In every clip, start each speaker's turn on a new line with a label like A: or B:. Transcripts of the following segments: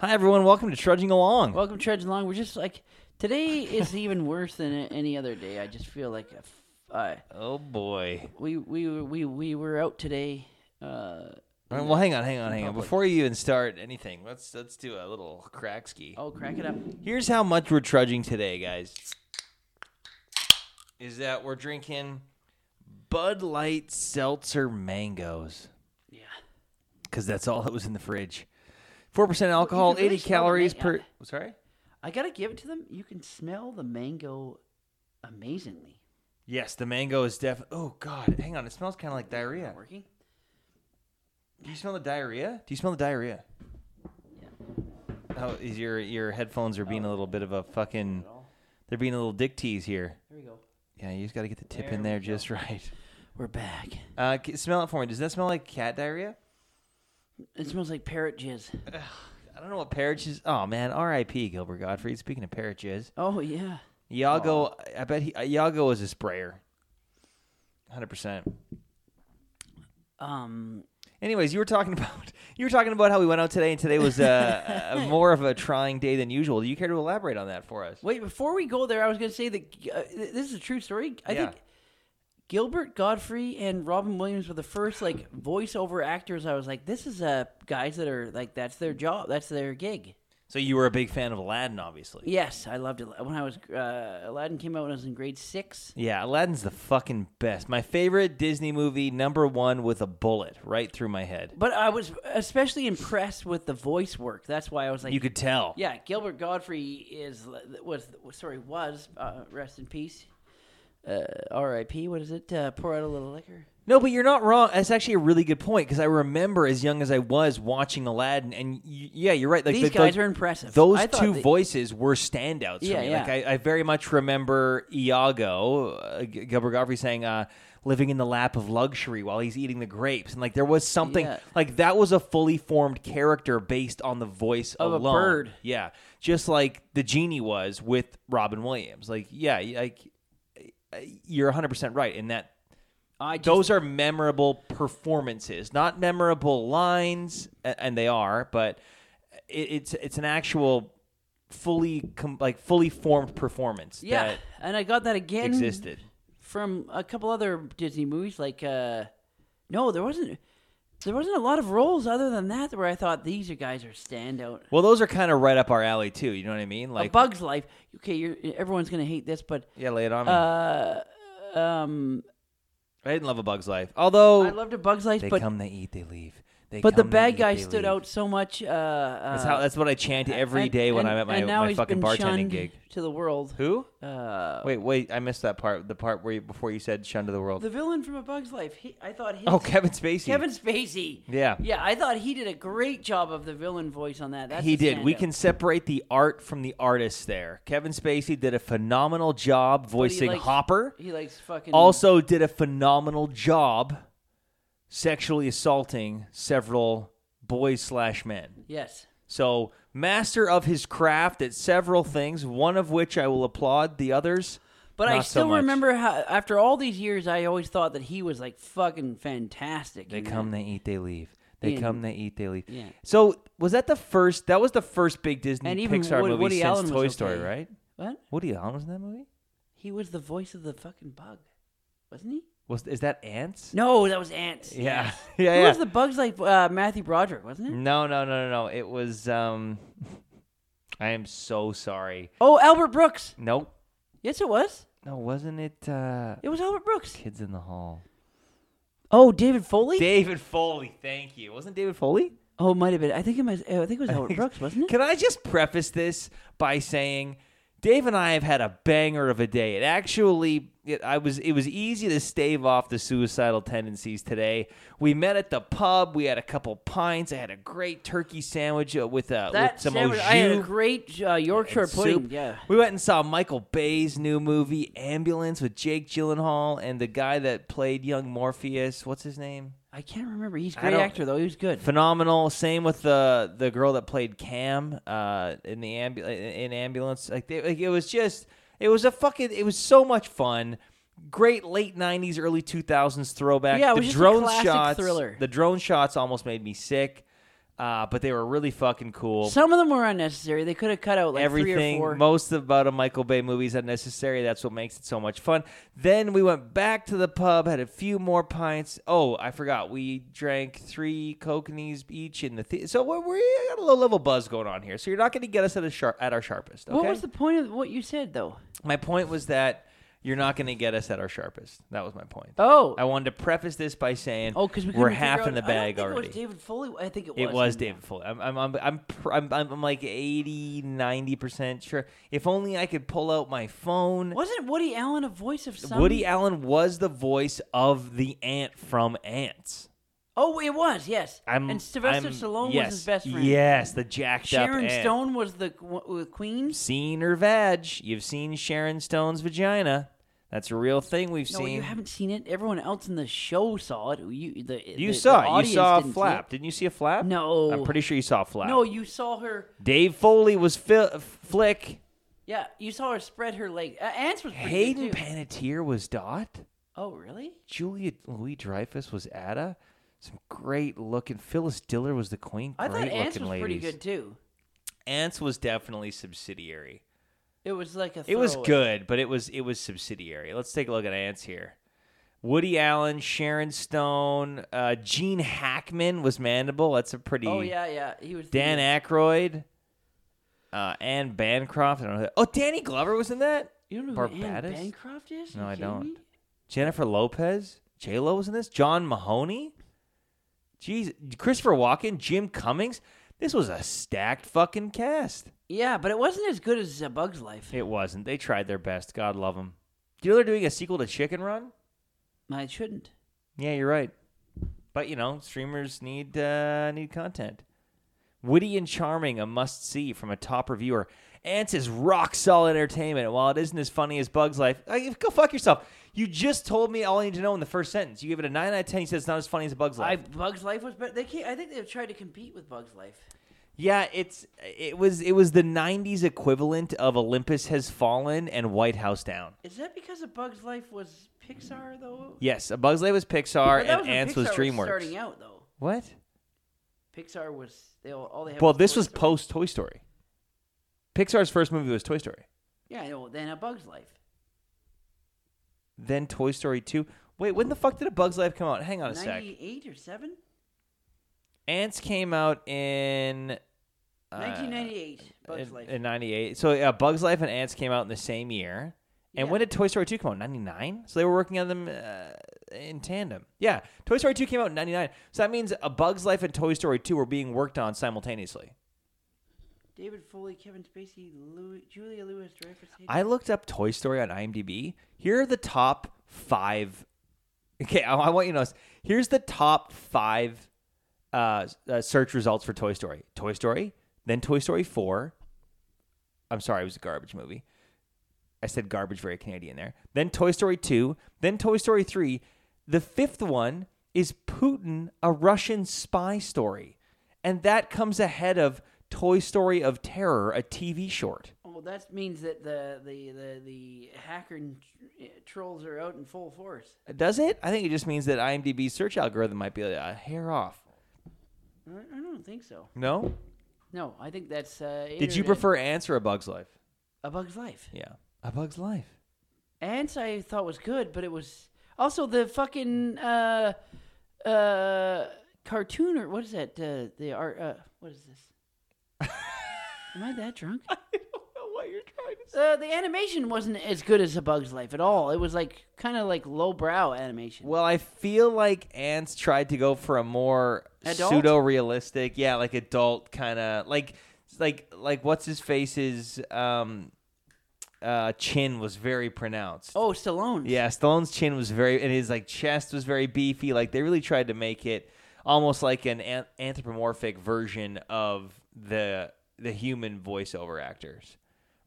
A: Hi, everyone. Welcome to Trudging Along.
B: Welcome, to trudging along. We're just like today is even worse than a- any other day. I just feel like uh,
A: oh, boy.
B: we we were- we we were out today. Uh,
A: All right, well, hang on, hang on, hang on.
B: public.
A: Before you even start anything, let's let's do a little crack ski.
B: oh, crack it up!
A: Here's how much we're trudging today, guys. Is that we're drinking Bud Light Seltzer Mangoes
B: Yeah,
A: because that's all that was in the fridge. Four percent alcohol,
B: can really
A: eighty
B: smell the
A: calories
B: man-
A: per. Sorry.
B: I gotta give it to them. You can smell the mango amazingly.
A: Yes, the mango is definitely. Oh God, hang on. It smells kind of like diarrhea.
B: Working.
A: Do you smell the diarrhea? Do you smell the diarrhea?
B: Yeah.
A: Oh, is your your headphones are being a little bit of a fucking.
B: Not at all.
A: They're being a little dick tease here.
B: Here we go.
A: Yeah, you just got to get the tip
B: There
A: in
B: we
A: there
B: go.
A: just right.
B: We're back.
A: Uh, c- smell it for me. Does that smell like cat diarrhea?
B: It smells like parrot jizz.
A: I don't know what parrot jizz. Oh man, R.I.P. Gilbert Gottfried. Speaking of parrot jizz,
B: Oh yeah.
A: Iago. I bet he, Iago was a sprayer. Hundred percent.
B: Um.
A: Anyways, you were talking about you were talking about how we went out today, and today was uh, a, more of a trying day than usual. Do you care to elaborate on that for us?
B: Wait, before we go there, I was going to say that uh, th- this is a true story. I
A: Yeah.
B: think Gilbert Godfrey and Robin Williams were the first like voiceover actors. I was like, this is uh, guys that are like that's their job, that's their gig.
A: So you were a big fan of Aladdin, obviously.
B: Yes, I loved it when I was uh, Aladdin came out when I was in grade six.
A: Yeah, Aladdin's the fucking best. My favorite Disney movie, number one, with a bullet right through my head.
B: But I was especially impressed with the voice work. That's why I was like,
A: You could tell.
B: yeah, Gilbert Godfrey is uh, was sorry was uh, rest in peace, uh, R.I.P. What is it? Uh, pour out a little liquor.
A: No, but you're not wrong. That's actually a really good point because I remember as young as I was watching Aladdin, and y- yeah, you're right. Like
B: These
A: the-
B: guys
A: the-
B: are impressive.
A: Those
B: I thought
A: two
B: that-
A: voices were standouts
B: Yeah,
A: for me.
B: yeah.
A: Like I, I very much remember Iago, uh, G- Gilbert Godfrey saying, uh, "Living in the lap of luxury while he's eating the grapes," and like there was something
B: Yeah.
A: like that was a fully formed character based on the voice
B: Of a
A: alone.
B: bird.
A: Yeah, just like the genie was with Robin Williams. Like yeah, y- like uh, you're 100 percent right in that
B: I just,
A: those are memorable performances, not memorable lines, a- and they are, but it, it's it's an actual fully com- like fully formed performance
B: yeah,
A: that
B: and I got that again
A: existed.
B: from a couple other Disney movies. Like, uh, no, there wasn't there wasn't a lot of roles other than that where I thought these are guys are standout.
A: Well, those are kind of right up our alley too. You know what I mean?
B: A
A: Like,
B: Bug's Life. Okay, you're, everyone's gonna hate this, but
A: yeah, lay it on me.
B: uh, um,
A: I didn't love A Bug's Life, although
B: I loved A Bug's Life,
A: they
B: but
A: come, they eat, they leave. They
B: but the
A: come, they
B: bad
A: eat,
B: guy
A: they
B: stood
A: leave.
B: out so much. Uh, uh,
A: That's how. That's what I chant every
B: and-
A: day when
B: and-
A: I'm at my,
B: and now
A: my
B: he's
A: fucking
B: been
A: bartending
B: shunned
A: gig.
B: to the world.
A: Who?
B: Uh,
A: Wait, wait, I missed that part. The part where you, before you said "shun to the world."
B: the villain from A Bug's Life. He, I thought his
A: oh, Kevin Spacey.
B: Kevin Spacey.
A: Yeah.
B: Yeah, I thought he did a great job of the villain voice on that. That's
A: he
B: a
A: did. We
B: standout.
A: can separate the art from the artist there. Kevin Spacey did a phenomenal job voicing
B: likes-
A: Hopper.
B: He likes fucking.
A: Also did a phenomenal job sexually assaulting several boys slash men.
B: Yes.
A: So master of his craft at several things, one of which I will applaud. The others,
B: But I
A: not so
B: still
A: much.
B: remember how, after all these years, I always thought that he was like fucking fantastic.
A: They
B: in that.
A: come, they eat, they leave. They
B: Yeah.
A: come, they eat, they leave.
B: Yeah.
A: So was that the first? That was the first big Disney
B: And even
A: Pixar
B: Woody-
A: movie
B: Woody
A: since
B: Allen was
A: Toy Story,
B: okay.
A: right?
B: What?
A: Woody Allen was in that movie.
B: He was the voice of the fucking bug, wasn't he?
A: Was is that ants?
B: No, that was ants.
A: Yeah,
B: Yes.
A: yeah,
B: Who
A: yeah.
B: was the bugs like uh, Matthew Broderick, wasn't it?
A: no, no, no, no, no. It was. um I am so sorry.
B: Oh, Albert Brooks.
A: Nope.
B: Yes, it was.
A: No, wasn't it? uh
B: It was Albert Brooks.
A: Kids in the Hall.
B: Oh, David Foley.
A: David Foley. Thank you. Wasn't David Foley?
B: oh, it might have been. I think it was. I think it was Albert Brooks, wasn't it?
A: Can I just preface this by saying Dave and I have had a banger of a day. It actually it, I was it was easy to stave off the suicidal tendencies today. We met at the pub, we had a couple pints, I had a great turkey sandwich uh, with uh,
B: That
A: with some
B: sandwich, I had a
A: au jus.
B: great uh, Yorkshire
A: and
B: pudding.
A: soup.
B: Yeah.
A: We went and saw Michael Bay's new movie Ambulance with Jake Gyllenhaal and the guy that played young Morpheus. What's his name?
B: I can't remember. He's a
A: I
B: great
A: don't-
B: actor though. He was good.
A: Phenomenal. Same with the the girl that played Cam uh, in the ambu- in ambulance. Like, they, like it was just it was a fucking it was so much fun. Great late '90s, early 2000s throwback.
B: Yeah, it
A: the
B: was just a
A: drone
B: classic
A: shots.
B: thriller.
A: The drone shots almost made me sick. Uh, but they were really fucking cool.
B: Some of them were unnecessary. They could have cut out like three or
A: Everything,
B: four.
A: most about a Michael Bay movie is unnecessary. That's what makes it so much fun. Then we went back to the pub, had a few more pints. Oh, I forgot. We drank three Kokanees each in the theater. So we're, we got a low level buzz going on here. So you're not going to get us at, a sharp, at our sharpest. Okay?
B: What was the point of what you said though?
A: My point was that you're not going to get us at our sharpest. That was my point.
B: Oh,
A: I wanted to preface this by saying,
B: oh, because we
A: are
B: couldn't
A: half
B: figure
A: in the
B: out- I don't
A: bag
B: think
A: already.
B: It was David Foley. I think it was.
A: It was
B: him, yeah.
A: David Foley. I'm, I'm, I'm, I'm, pr- I'm, I'm I'm like 80, 90% sure. If only I could pull out my phone.
B: Wasn't Woody Allen a voice of some?
A: Woody Allen was the voice of the ant from Ants.
B: Oh, it was yes.
A: I'm,
B: and Sylvester
A: I'm-
B: Stallone
A: yes,
B: was his best friend.
A: Yes, the jacked up
B: Sharon
A: ant.
B: Stone was the qu- uh, queen.
A: Seen her vag. You've seen Sharon Stone's vagina. That's a real thing we've
B: No,
A: seen.
B: you haven't seen it. Everyone else in the show saw it. You, the, uh,
A: You
B: the- the
A: saw it. You
B: audience
A: saw a
B: didn't see
A: flap. Didn't you see a flap?
B: No.
A: I'm pretty sure you saw a
B: it.
A: flap.
B: No, you saw her.
A: Dave Foley was fi- Flick.
B: Yeah, you saw her spread her leg. Uh, Ants was pretty
A: Hayden
B: good, too.
A: Panettiere was Dot.
B: Oh, really?
A: Julia Louis Dreyfus was Ada. Some great looking. Phyllis Diller was the queen.
B: I
A: great
B: thought Ants
A: looking
B: was
A: ladies.
B: pretty good too.
A: Ants was definitely subsidiary.
B: It was like a.
A: It was
B: throwaway.
A: good, but it was it was subsidiary. Let's take a look at Ants here. Woody Allen, Sharon Stone, uh, Gene Hackman was Mandible. That's a pretty
B: Oh yeah, yeah. He was. the-
A: Dan Aykroyd, uh, Anne Bancroft. I don't know. who- Oh, Danny Glover was in that.
B: You don't know who Anne
A: Barbados?
B: Bancroft is?
A: No,
B: You
A: I
B: kidding
A: don't.
B: me?
A: Jennifer Lopez. J Lo was in this. John Mahoney. Jeez, Christopher Walken, Jim Cummings. This was a stacked fucking cast.
B: Yeah, but it wasn't as good as A Bug's Life.
A: It wasn't. They tried their best. God love them. Do you know they're doing a sequel to Chicken Run?
B: I shouldn't.
A: Yeah, you're right. But you know, streamers need uh, need content. Witty and charming, a must see from a top reviewer. Ants is rock solid entertainment. and While it isn't as funny as Bugs Life, I, go fuck yourself. You just told me all I need to know in the first sentence. You gave it a nine out of ten. You said it's not as funny as Bugs
B: I
A: Life.
B: Bug's Life was better. They can't, I think they've tried to compete with Bug's Life.
A: yeah, it's it was it was the '90s equivalent of Olympus Has Fallen and White House Down.
B: Is that because A Bug's Life was Pixar though?
A: Yes, a Bugs Life was Pixar
B: But that
A: and
B: when
A: Ants
B: Pixar
A: was DreamWorks.
B: starting out though.
A: what?
B: Pixar was they all, all they had.
A: Well, this
B: Toy
A: was
B: Story.
A: post Toy Story. Pixar's first movie was Toy Story.
B: Yeah, I know. Then A Bug's Life.
A: then Toy Story 2. Wait, when the fuck did A Bug's Life come out? Hang on a sec.
B: Ninety-eight or seven?
A: Ants came out in. uh,
B: Nineteen ninety-eight. Bug's
A: in,
B: Life.
A: in 98. So yeah, Bug's Life and Ants came out in the same year. And
B: Yeah.
A: when did Toy Story 2 come out? 99? So they were working on them uh, in tandem. Yeah, Toy Story 2 came out in 99. So that means A Bug's Life and Toy Story 2 were being worked on simultaneously.
B: David Foley, Kevin Spacey, Louis, Julia Lewis, Dreyfus. Hayden-
A: I looked up Toy Story on IMDb. Here are the top five. Okay, I, I want you to notice. Here's the top five uh, s- uh, search results for Toy Story. Toy Story, then Toy Story 4. I'm sorry, it was a garbage movie. I said garbage, very Canadian there. Then Toy Story 2, then Toy Story 3. The fifth one is Putin, a Russian spy story. And that comes ahead of Toy Story of Terror, a TV short.
B: Oh, that means that the the the, the hacker and tr- eh, trolls are out in full force.
A: Does it? I think it just means that IMDb's search algorithm might be a hair off.
B: I I don't think so.
A: No?
B: No, I think that's. Uh,
A: Did you
B: internet-
A: prefer Ants or A Bug's Life?
B: A Bug's Life?
A: Yeah. A Bug's Life.
B: Ants, I thought was good, but it was also the fucking uh, uh, cartoon or what is that? Uh, the art. Uh, what is this? Am I that drunk?
A: I don't know what you're trying to
B: Uh, the animation wasn't as good as A Bug's Life at all. It was like kind of like lowbrow animation.
A: Well, I feel like Ants tried to go for a more
B: Adult?
A: pseudo realistic, yeah, like adult kind of like like like what's his face's um uh chin was very pronounced.
B: Oh, Stallone.
A: Yeah, Stallone's chin was very, and his like chest was very beefy. Like they really tried to make it almost like an, an- anthropomorphic version of the the human voiceover actors,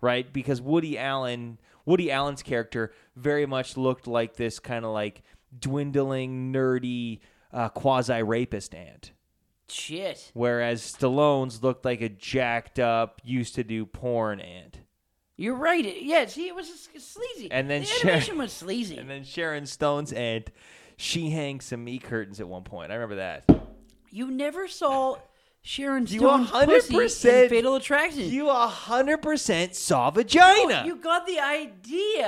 A: right? Because Woody Allen, Woody Allen's character, very much looked like this kind of like dwindling, nerdy, uh, quasi rapist ant.
B: Shit.
A: Whereas Stallone's looked like a jacked up, used to do porn ant.
B: You're right. It, yeah, see, it was s- sleazy.
A: And then
B: the
A: Sharon-
B: animation was sleazy.
A: And then Sharon Stone's aunt, she hangs some e curtains at one point. I remember that.
B: You never saw Sharon
A: You
B: Stone's pussy in
A: 100%
B: Fatal Attraction. Oh,
A: You a hundred percent saw vagina.
B: You got the idea.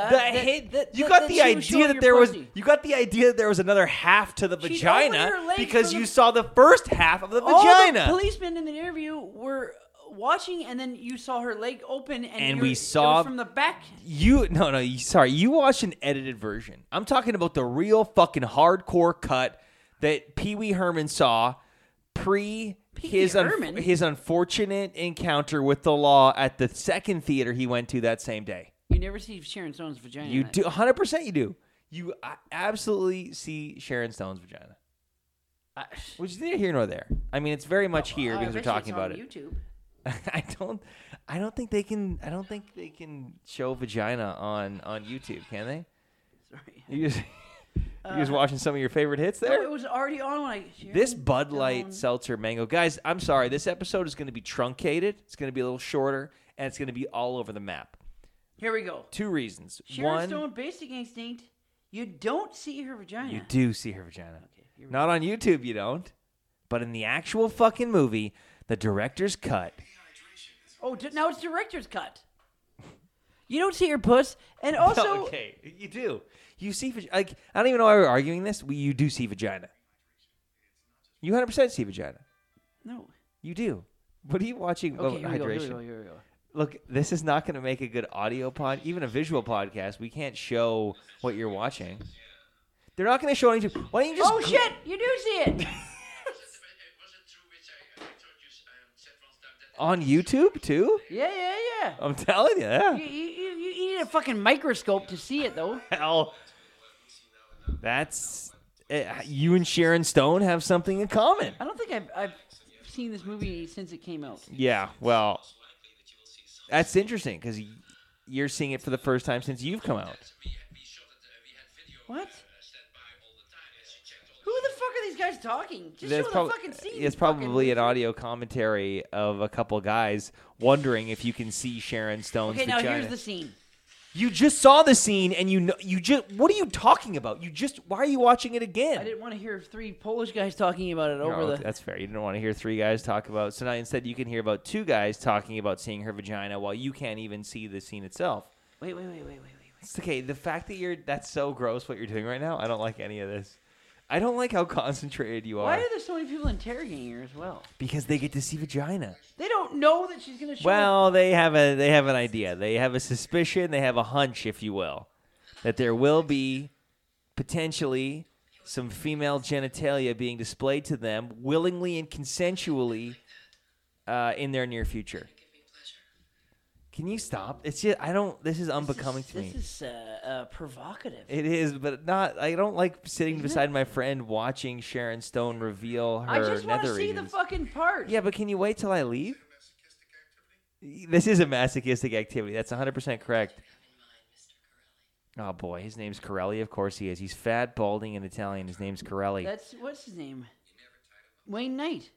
A: The
B: that-
A: hit-
B: that-
A: you
B: that-
A: got
B: that
A: the
B: she was
A: idea
B: showing
A: that
B: your
A: there was
B: pussy.
A: you got the idea that there was another half to the
B: She's
A: vagina
B: opening her legs
A: because
B: for
A: you
B: the-
A: saw the first half of the
B: All
A: vagina.
B: The policemen in the interview were watching, and then you saw her leg open, and,
A: And
B: you-
A: we
B: it was
A: saw-
B: from the back.
A: You no no you, sorry you watched an edited version. I'm talking about the real fucking hardcore cut that Pee Wee Herman saw pre
B: Pee Wee
A: his un-
B: Herman?
A: his unfortunate encounter with the law at the second theater he went to that same day.
B: You never see Sharon Stone's vagina.
A: You
B: in that.
A: do 100 percent you do. You uh, absolutely see Sharon Stone's vagina,
B: I-
A: which is neither here nor there. Oh, I mean, it's very much here
B: I
A: because we're
B: bet
A: talking
B: you it's on
A: about it.
B: YouTube.
A: I don't, I don't think they can. I don't think they can show vagina on on YouTube, can they? Uh,
B: Sorry.
A: You just, you just watching some of your favorite hits
B: No,
A: there.
B: it was already on when I. Sharon
A: this Bud Light
B: Stone.
A: Seltzer Mango, guys. I'm sorry, this episode is going to be truncated. It's going to be a little shorter, and it's going to be all over the map.
B: Here we go.
A: Two reasons.
B: Sharon
A: One,
B: Stone, Basic Instinct. You don't see her vagina.
A: you do see her vagina.
B: Okay, here we
A: Not on YouTube, you don't. But in the actual fucking movie, the director's cut.
B: Oh, d- now it's director's cut. You don't see her puss, and also
A: okay, you do. You see, vag- like I don't even know why we're arguing this. We, you do see vagina. You 100% see vagina.
B: no.
A: You do. What are you watching?
B: Okay,
A: oh,
B: here we go. Here we
A: hydration.
B: go. Here we go.
A: Look, this is not going to make a good audio pod, even a visual podcast. We can't show what you're watching. They're not going to show anything. Why don't you just?
B: Oh
A: gl-
B: shit! You do see it.
C: It wasn't true, which I, I told you um, said one time that
A: On YouTube too?
B: Yeah, yeah, yeah.
A: I'm telling you. Yeah.
B: You, you, you- you need a fucking microscope to see it, though.
A: Hell, that's eh, you and Sharon Stone have something in common.
B: I don't think I've, I've seen this movie since it came out.
A: Yeah. Well, that's interesting because you're seeing it for the first time since you've come out.
C: we, we shot it, uh, we had video
B: What?
C: uh, standby all the time, and she checked all the
B: Who the fuck are these guys talking? Just show
A: prob-
B: the fucking scene.
A: it's
B: you
A: probably
B: fucking
A: an audio commentary of a couple guys wondering if you can see Sharon Stone's
B: Okay, now
A: vagina.
B: here's the scene.
A: You just saw the scene and you know you just what are you talking about? You just why are you watching it again?
B: I didn't want to hear three Polish guys talking about it
A: No,
B: over the.
A: that's fair. You didn't want to hear three guys talk about. So now instead, you can hear about two guys talking about seeing her vagina while you can't even see the scene itself.
B: Wait, wait, wait, wait, wait, wait. wait.
A: It's okay. The fact that you're that's so gross. What you're doing right now, I don't like any of this. I don't like how concentrated you
B: Why
A: are
B: are there so many people interrogating her as well?
A: because they get to see vagina.
B: They don't know that she's gonna show.
A: Well, they have a they have an idea. They have a suspicion. They have a hunch, if you will, that there will be potentially some female genitalia being displayed to them willingly and consensually uh, in their near future. Can you stop? It's just, I don't. This is
B: This is-
A: unbecoming to me.
B: This is uh, uh, provocative.
A: it is, but not. I don't like sitting
B: Isn't it?
A: beside my friend watching Sharon Stone reveal her
B: I just want
A: nether
B: to see the
A: regions.
B: fucking part.
A: Yeah, but can you wait till I leave? This is a masochistic activity. That's 100% correct. Oh boy, his name's Corelli. Of course he is. He's fat, balding, and Italian. His name's Corelli.
B: That's what's his name. Wayne Knight.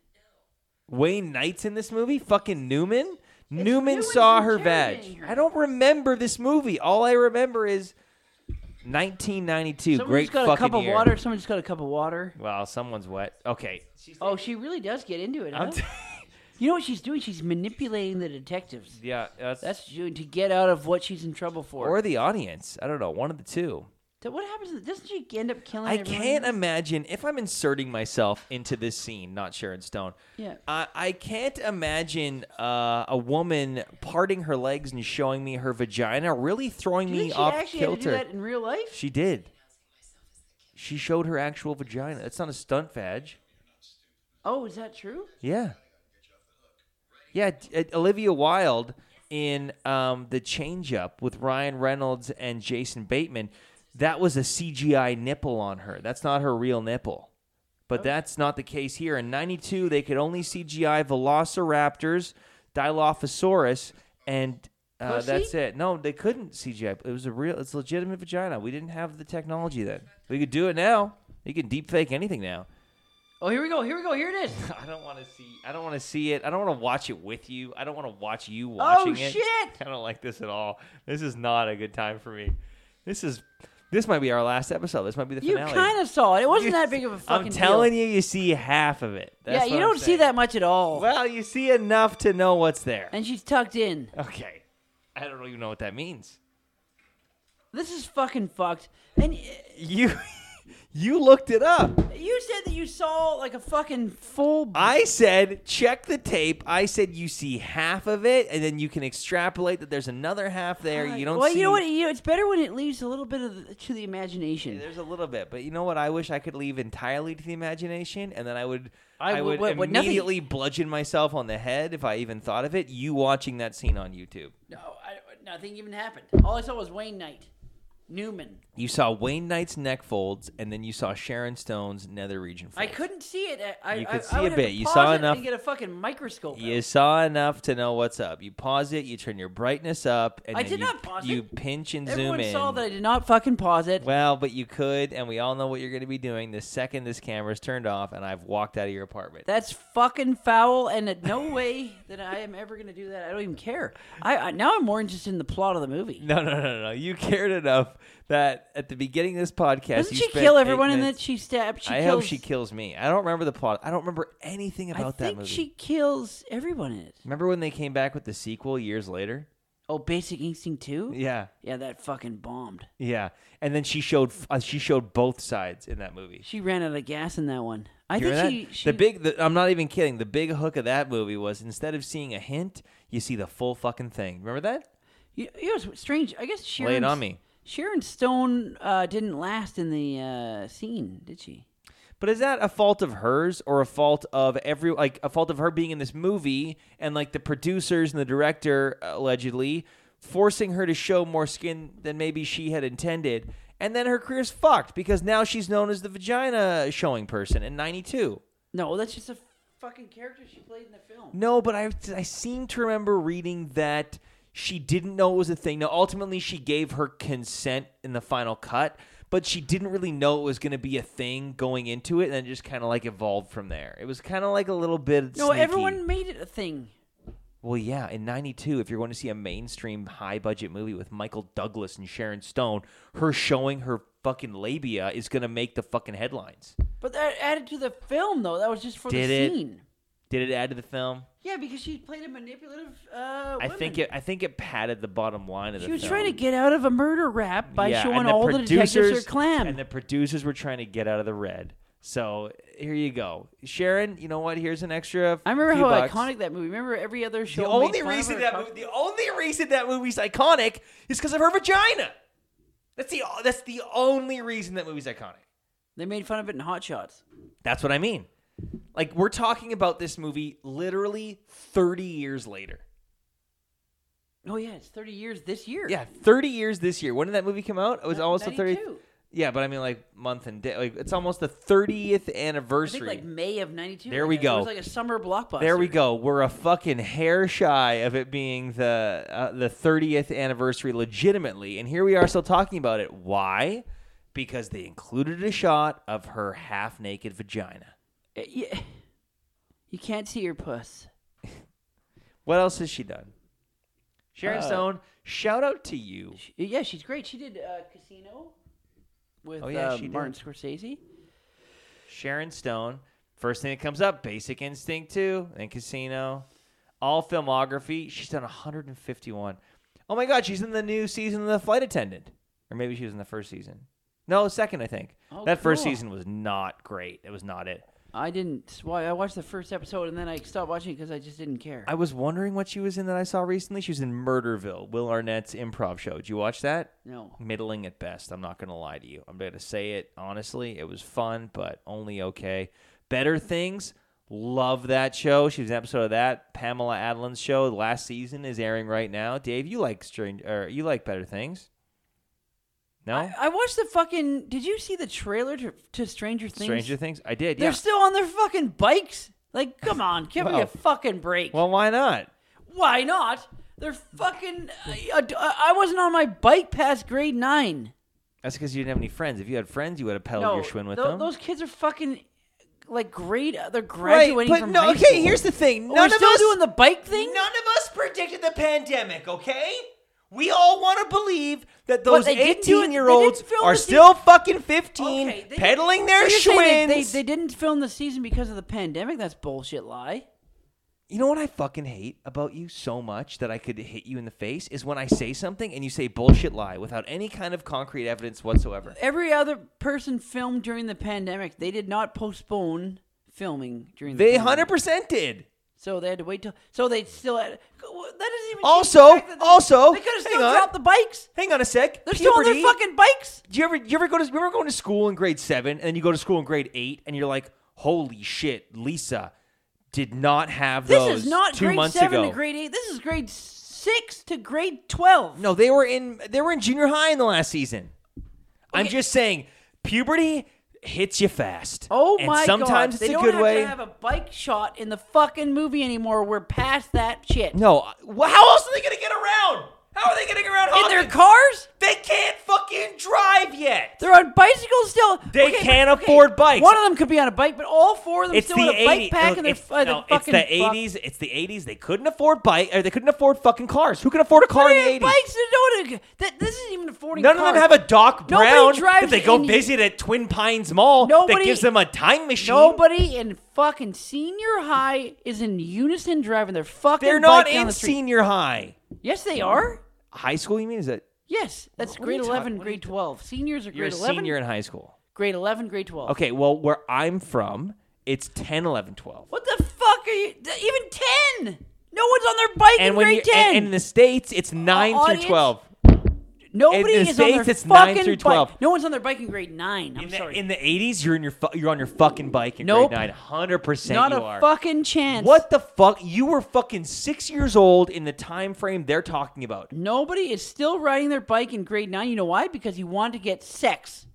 A: Wayne Knight's in this movie. Fucking Newman. Newman
B: Newman's
A: saw her vag.
B: interrogating her.
A: I don't remember this movie. All I remember is 1992.
B: Someone
A: Great
B: just got
A: fucking
B: a cup of
A: year.
B: water. Someone just got a cup of water.
A: Wow, someone's wet. Okay.
B: Oh, she really does get into it. Huh?
A: I'm t-
B: you know what she's doing? She's manipulating the detectives.
A: yeah, that's,
B: That's what she's doing to get out of what she's in trouble for.
A: or the audience. I don't know. One of the two.
B: Th- what happens? to- Doesn't she end up killing?
A: I
B: everyone?
A: can't imagine if I'm inserting myself into this scene, not Sharon Stone.
B: Yeah.
A: I, I can't imagine uh, a woman parting her legs and showing me her vagina, really throwing
B: Do you
A: me
B: think she
A: off
B: actually had to do
A: kilter.
B: that in real life?
A: She did. She showed her actual vagina. That's not a stunt vag.
B: Oh, is that true?
A: Yeah. Yeah, d- uh, Olivia Wilde in um, The Change Up with Ryan Reynolds and Jason Bateman, that was a CGI nipple on her. That's not her real nipple. But that's not the case here. In 92, they could only CGI velociraptors, Dilophosaurus, and uh,
B: Pussy?
A: that's it. No, they couldn't CGI. It was a real, it's a legitimate vagina. We didn't have the technology then. We could do it now. You can deep fake anything now.
B: Oh, here we go. Here we go. Here it is.
A: I don't want to see. I don't want to see it. I don't want to watch it with you. I don't want to watch you
B: Oh
A: watching it.
B: shit!
A: I don't like this at all. This is not a good time for me. This is This might be our last episode. This might be the
B: You
A: finale.
B: kind of saw it. It wasn't
A: You-
B: that big of a fucking
A: I'm telling you, you see half of it.
B: deal.
A: That's
B: yeah,
A: what
B: you
A: I'm
B: don't see
A: saying.
B: that much at all.
A: Well, you see enough to know what's there.
B: And she's tucked in.
A: Okay. I don't even know what that means.
B: This is fucking fucked. And uh,
A: You you looked it up.
B: you said that you saw like a fucking full.
A: I said check the tape. I said you see half of it and then you can extrapolate that there's another half there. You don't
B: Well,
A: see
B: you know what? You know, it's better when it leaves a little bit of the, to the imagination.
A: there's a little bit, but you know what? I wish I could leave entirely to the imagination, and then I would,
B: I
A: I, would
B: would- what- what- nothing-
A: immediately bludgeon myself on the head if I even thought of it. You watching that scene on YouTube,
B: No, I, nothing even happened. All I saw was Wayne Knight, Newman.
A: you saw Wayne Knight's neck folds, and then you saw Sharon Stone's nether region.
B: I
A: Folds.
B: couldn't see it. I, I
A: You
B: I-
A: could
B: I
A: see
B: would
A: a
B: have to
A: bit. You
B: pause
A: saw
B: it
A: enough-
B: And get a fucking microscope.
A: You
B: out.
A: saw enough to know what's up. You pause it, you turn your brightness up, and
B: I
A: then
B: did
A: you,
B: not pause
A: you
B: it.
A: pinch and
B: Everyone
A: zoom in.
B: saw that I did not fucking pause it.
A: Well, but you could, and we all know what you're going to be doing the second this camera's turned off, and I've walked out of your apartment.
B: That's fucking foul, and in no way that I am ever gonna do that. I don't even care. I, I now I'm more interested in the plot of the movie.
A: No, no, no, no. You cared enough that at the beginning of this podcast,
B: Doesn't
A: you
B: she
A: spent
B: kill
A: eight
B: everyone and then
A: minutes-
B: she stabs? She
A: I hope
B: kills,
A: she kills me. I don't remember the plot. I don't remember anything
B: I
A: about that
B: think
A: movie.
B: she kills everyone in it.
A: Remember when they came back with the sequel years later?
B: Oh, Basic Instinct two.
A: Yeah,
B: Yeah, that fucking bombed.
A: yeah. And then she showed uh, she showed both sides in that movie.
B: She ran out of gas in that one. I
A: You remember
B: think
A: that?
B: she, she
A: the big. The, I'm not even kidding. The big hook of that movie was instead of seeing a hint, you see the full fucking thing. Remember that?
B: You, you know, it's strange. I guess Sharon.
A: Lay it on me.
B: Sharon Stone uh, didn't last in the uh, scene, did she?
A: But is that a fault of hers or a fault of every like a fault of her being in this movie and like the producers and the director uh, allegedly forcing her to show more skin than maybe she had intended? And then her career's fucked because now she's known as the vagina showing person in '92.
B: No, that's just a fucking character she played in the film.
A: No, but I I seem to remember reading that she didn't know it was a thing. Now ultimately she gave her consent in the final cut, but she didn't really know it was going to be a thing going into it and it just kind of like evolved from there. It was kind of like a little bit
B: No,
A: sneaky.
B: everyone made it a thing.
A: Well, yeah, in 92 if you're going to see a mainstream high budget movie with Michael Douglas and Sharon Stone, her showing her fucking labia is going to make the fucking headlines.
B: But that added to the film, though. That was just for
A: Did
B: the
A: it?
B: scene.
A: Did it add to the film?
B: Yeah, because she played a manipulative uh,
A: I think it I think it padded the bottom line of the
B: She was
A: film.
B: trying to get out of a murder rap by
A: Yeah,
B: showing
A: and
B: all the detectives
A: producers-
B: are clam.
A: And the producers were trying to get out of the red. So here you go, Sharon. You know what? Here's an extra.
B: I remember
A: few
B: how
A: bucks.
B: iconic that movie. Remember every other show.
A: The
B: made
A: only
B: fun of
A: reason
B: her
A: that
B: talk-
A: movie, the only reason that movie's iconic is because of her vagina. That's the that's the only reason that movie's iconic.
B: they made fun of it in Hot Shots.
A: That's what I mean. Like we're talking about this movie literally 30 years later.
B: Oh yeah, it's thirty years this year.
A: Yeah, 30 years this year. When did that movie come out? It was
B: Nin-
A: almost the 30.
B: 92.
A: Yeah, but I mean like month and day. Like it's almost the 30th
B: I think
A: anniversary.
B: like May of '92.
A: There we
B: It
A: go.
B: was like a summer blockbuster.
A: There we go. We're a fucking hair shy of it being the uh, the 30th anniversary legitimately, and here we are still talking about it. Why? Because they included a shot of her half naked vagina.
B: Uh, yeah. You can't see your puss.
A: What else has she done? Sharon
B: Uh,
A: Stone, shout out to you.
B: She, yeah, she's great. She did uh, Casino with
A: Oh, yeah,
B: uh,
A: she did.
B: Martin Scorsese.
A: Sharon Stone. First thing that comes up, Basic Instinct 2 and Casino. All filmography. She's done 151. Oh my God, she's in the new season of The Flight Attendant. Or maybe she was in the first season. No, second, I think.
B: Oh,
A: that first
B: cool.
A: season was not great. It was not it.
B: I didn't. Well, I watched the first episode and then I stopped watching because I just didn't care.
A: I was wondering what she was in that I saw recently. She was in Murderville, Will Arnett's improv show. Did you watch that?
B: no.
A: middling at best. I'm not going to lie to you. I'm going to say it honestly. It was fun, but only okay. Better Things, love that show. She was an episode of that. Pamela Adlin's show, last season, is airing right now. Dave, you like strange, or you like Better Things? No,
B: I, I watched the fucking. Did you see the trailer to, to Stranger Things?
A: Stranger Things. I did.
B: They're
A: Yeah.
B: still on their fucking bikes. Like, come on, give me a
A: Well-
B: fucking break.
A: Well, why not?
B: Why not? They're fucking. I, I I wasn't on my bike past grade nine.
A: That's because you didn't have any friends. If you had friends, you would have pedaled your Schwinn Oh, with
B: tho-
A: them.
B: Those kids are fucking like grade. They're
A: right,
B: graduating
A: but
B: from
A: no.
B: high
A: Okay,
B: school.
A: here's the thing.
B: Oh,
A: None
B: we're
A: of
B: still
A: us
B: doing the bike thing.
A: None of us predicted the pandemic, okay? We all want to believe that
B: What,
A: those
B: they didn't do-
A: 18 year olds
B: they didn't film
A: are
B: the
A: still fucking 15,
B: Okay, they-
A: peddling their
B: So you're
A: schwins.
B: saying they- They, they didn't film the season because of the pandemic. That's bullshit lie.
A: You know what I fucking hate about you so much that I could hit you in the face is when I say something and you say bullshit lie without any kind of concrete evidence whatsoever.
B: Every other person filmed during the pandemic. They did not postpone filming during. The
A: They
B: pandemic.
A: 100% did.
B: So they had to wait till. So they still had. That doesn't even.
A: Also-
B: change the fact that they,
A: also,
B: they could have
A: hang
B: still
A: on.
B: dropped the bikes.
A: Hang on a sec.
B: They're still on their
A: Puberty-
B: fucking bikes.
A: Do you ever you ever go to remember going to school in grade seven and then you go to school in grade eight and you're like, holy shit, Lisa did not have
B: This
A: those
B: is not
A: two
B: grade
A: months
B: seven
A: ago.
B: to grade eight. This is grade six to grade twelve.
A: no, they were in they were in junior high in the last season. I'm
B: Okay.
A: just saying, puberty hits you fast.
B: Oh
A: and
B: my
A: sometimes
B: god!
A: it's
B: they
A: a
B: don't
A: good
B: have
A: way.
B: to have a bike shot in the fucking movie anymore. We're past that shit.
A: no, I- well, how else are they gonna get around? How are they getting around?
B: In their
A: Hawkins?
B: cars,
A: they can't fucking drive yet.
B: they're on bicycles still.
A: They
B: Okay,
A: can't
B: okay,
A: afford bikes.
B: One of them could be on a bike, but all four of them
A: It's
B: still
A: the
B: with a bike
A: 80s.
B: pack
A: Look,
B: and they're,
A: it's, no,
B: uh, they're
A: it's
B: fucking
A: the
B: fuck.
A: 80s. It's the 80s. They couldn't afford bike or they couldn't afford fucking cars. Who can afford a car in
B: They
A: the 80s?
B: have Bikes, they don't. That, this isn't even affording.
A: None of
B: cars.
A: them have a Doc
B: Nobody
A: Brown that
B: drives
A: they go
B: any-
A: visit at Twin Pines Mall that
B: Nobody-
A: gives them a time machine.
B: Nobody in fucking senior high is in unison driving their fucking.
A: They're not
B: bike
A: in
B: down the street.
A: senior high.
B: Yes, they are.
A: High school, you mean? Is that
B: Yes, that's
A: What are you
B: grade
A: talk-
B: eleven,
A: what are you
B: grade
A: ta-
B: twelve. Seniors are
A: you're
B: grade
A: a
B: eleven.
A: senior in high school?
B: Grade eleven, grade twelve.
A: Okay, well, where I'm from, it's 10, 11, 12.
B: What the fuck are you? th- Even ten. No one's on their bike
A: And
B: in
A: when
B: grade
A: you're-
B: ten.
A: and, and in the states, it's 9
B: audience?
A: through 12.
B: Nobody
A: in the
B: is on their
A: States, it's nine
B: fucking
A: through
B: bike.
A: 12.
B: No one's on their bike in grade nine. I'm
A: In the,
B: sorry.
A: in the 80s, you're in your fu- you're on your fucking bike in
B: Nope.
A: grade 9. 100%
B: not
A: you
B: a
A: are.
B: fucking chance.
A: What the fuck? You were fucking 6 years old in the time frame they're talking about.
B: Nobody is still riding their bike in grade nine. You know why? Because you want to get sex.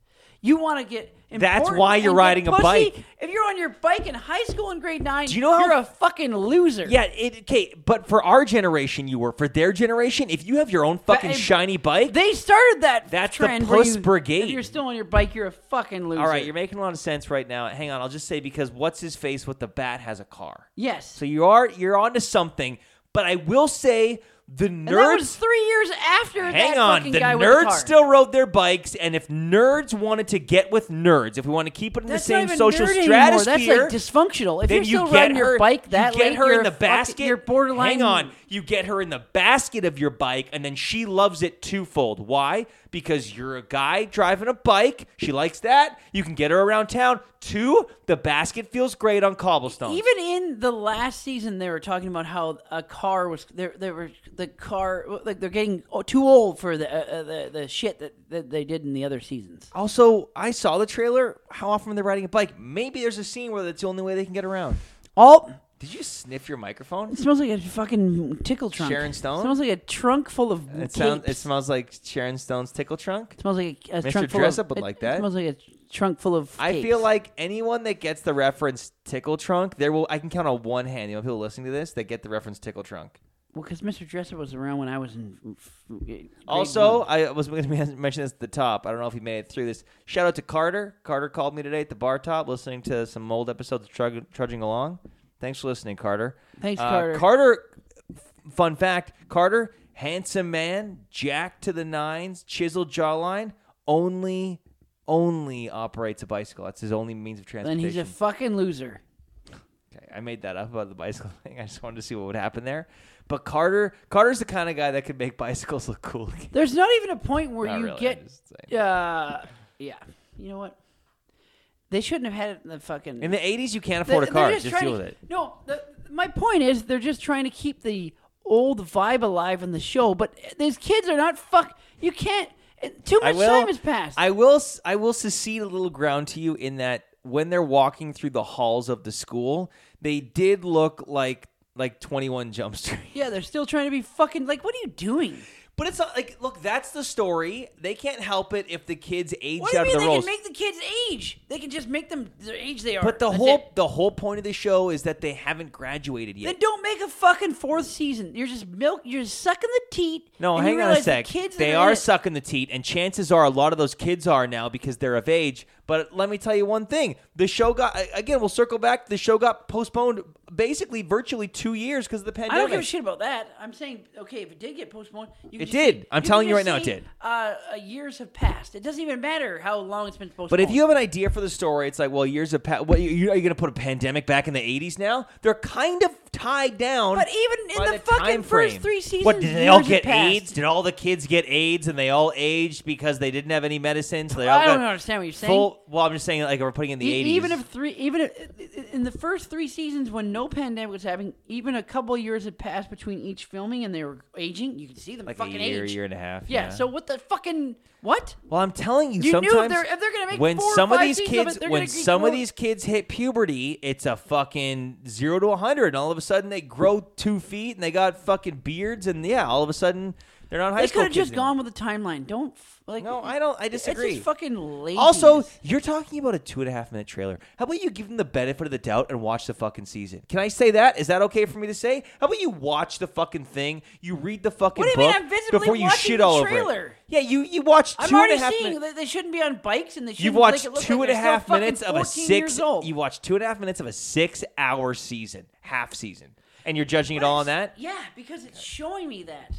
B: You want to get. important
A: why you're
B: and get
A: riding a
B: pussy.
A: bike.
B: If you're on your bike in high school in grade nine,
A: Do you know how-
B: you're a fucking loser.
A: Yeah, it, okay, but for our generation, you were. For their generation, if you have your own fucking
B: But-
A: shiny bike,
B: They started that.
A: That's the
B: trend where
A: Puss
B: you-
A: Brigade.
B: If you're still on your bike, you're a fucking loser.
A: all right, you're making a lot of sense right now. Hang on, I'll just say because what's his face with the bat has a car,
B: yes.
A: so you are you're onto something. But I will say the
B: and that was
A: nerds.
B: three years after
A: Hang
B: that
A: on,
B: fucking
A: the
B: guy with the
A: nerds
B: car.
A: still rode their bikes, and if nerds wanted to get with nerds, if we want to keep it in
B: That's
A: the
B: not
A: same
B: even
A: social
B: nerd anymore.
A: stratosphere,
B: That's like dysfunctional. If
A: then
B: you're still
A: you get
B: riding
A: her
B: your bike that
A: you get
B: late,
A: her
B: you're
A: in the
B: fucking-
A: basket.
B: You're borderline.
A: Hang on, you get her in the basket of your bike, and then she loves it twofold. Why? Because you're a guy driving a bike. She likes that. You can get her around town. Two, the basket feels great on cobblestone.
B: Even in the last season, they were talking about how a car was there. They were the car like they're getting o- too old for the uh, uh, the, the shit that, that they did in the other seasons.
A: also, I saw the trailer. How often are they riding a bike? Maybe there's a scene where that's the only way they can get around.
B: All
A: Did you sniff your microphone?
B: it smells like a fucking tickle trunk.
A: Sharon Stone?
B: It smells like a trunk full of.
A: It sounds. It
B: capes.
A: smells like Sharon Stone's tickle trunk.
B: It smells like a, a
A: Mr.
B: trunk full
A: Dress
B: of.
A: Up would
B: it-
A: like
B: it
A: that.
B: smells like a trunk full of.
A: I
B: capes.
A: feel like anyone that gets the reference tickle trunk, there will I can count on one hand. You know, people listening to this that get the reference tickle trunk.
B: Well, because Mr. Dresser was around when I was in. f- f- grade
A: Also,
B: one.
A: I was going to mention this at the top. I don't know if he made it through this. Shout out to Carter. Carter called me today at the bar top, listening to some old episodes of Trug- Trudging Along. Thanks for listening, Carter.
B: Thanks,
A: Uh,
B: Carter.
A: Carter. f- Fun fact: Carter, handsome man, jacked to the nines, chiseled jawline, only, only operates a bicycle. That's his only means of
B: then
A: transportation.
B: he's a fucking loser.
A: Okay, I made that up about the bicycle thing. I just wanted to see what would happen there. But Carter, Carter's the kind of guy that could make bicycles look cool. again.
B: There's not even a point where
A: Not
B: you
A: really, I'm
B: get.
A: just saying.
B: Uh, yeah. You know what? They shouldn't have had it in the fucking.
A: In the '80s, you can't
B: They-
A: afford a
B: they're
A: car. Just,
B: trying
A: deal
B: to-
A: with it.
B: No, the, my point is they're just trying to keep the old vibe alive in the show, but these kids are not fuck. You can't. Too
A: I
B: much
A: will.
B: time has passed.
A: I will. s- I will secede a little ground to you in that when they're walking through the halls of the school, they did look like like 21 Jump Street.
B: yeah, they're still trying to be fucking. Like, what are you doing?
A: But it's not like look. That's the story. They can't help it if the kids aged
B: What do you
A: out of
B: mean
A: the
B: they
A: roles.
B: can make the kids age? They can just make them the age they are.
A: but the
B: That's
A: whole
B: it.
A: the whole point of the show is that they haven't graduated yet.
B: Then don't make a fucking fourth season. You're just milk. You're just sucking the teat.
A: No,
B: and you
A: hang on
B: realize
A: a
B: the
A: sec.
B: Kids that
A: they
B: in
A: are
B: it-
A: sucking the teat, and chances are a lot of those kids are now because they're of age. But let me tell you one thing: the show got a- again. We'll circle back. The show got postponed basically virtually two years because of the pandemic.
B: I don't give a shit about that. I'm saying, okay, if it did get postponed, you could
A: It
B: just
A: did.
B: say-
A: I'm
B: could
A: telling you
B: just
A: right now it
B: say,
A: did.
B: Uh, uh, years have passed. It doesn't even matter how long it's been postponed.
A: But if you have an idea for the story, it's like, well, years of pa- what you, you, are you going to put a pandemic back in the '80s now? They're kind of tied down.
B: But even in
A: by
B: the fucking
A: time
B: first
A: frame.
B: three seasons,
A: what did they all
B: years had
A: get
B: passed.
A: AIDS? Did all the kids get AIDS and they all aged because they didn't have any medicine? So they all
B: I don't
A: got
B: understand what you're saying.
A: full. Well, I'm just saying, like, we're putting it in the
B: E-
A: '80s.
B: Even if three, even if, in the first three seasons when no pandemic was happening, even a couple years had passed between each filming and they were aging. You can see them
A: like
B: fucking
A: a year,
B: age.
A: year and a half.
B: yeah, So what the fucking what?
A: Well, I'm telling you,
B: You knew if
A: sometimes
B: they're- if they're gonna make
A: when
B: four or
A: some of
B: five
A: these
B: seasons of
A: kids,
B: it, they're
A: when
B: gonna keep
A: some of
B: growing.
A: these kids hit puberty, it's a fucking zero to a hundred, and all of a sudden they grow two feet and they got fucking beards, and yeah, all of a sudden they're not high
B: They
A: school
B: could have
A: kids
B: just
A: anymore.
B: gone with the timeline. Don't f- like.
A: No, I don't- I
B: It's
A: disagree.
B: just fucking lazy.
A: Also, you're talking about a two and a half minute trailer. How about you give them the benefit of the doubt and watch the fucking season? Can I say that? Is that okay for me to say? How about you watch the fucking thing? You read the fucking
B: What do you mean?
A: book
B: I'm visibly
A: before you
B: watching
A: shit
B: the
A: all over it.
B: trailer.
A: Yeah, you you watched
B: I'm
A: two and
B: already
A: a half
B: seeing
A: minutes.
B: that they shouldn't be on bikes and they should.
A: You've watched
B: like,
A: two and a half minutes of a
B: Years
A: six.
B: old.
A: You watched two and a half minutes of a six-hour season, half season, and you're judging it all on that.
B: Yeah, because it's showing me that.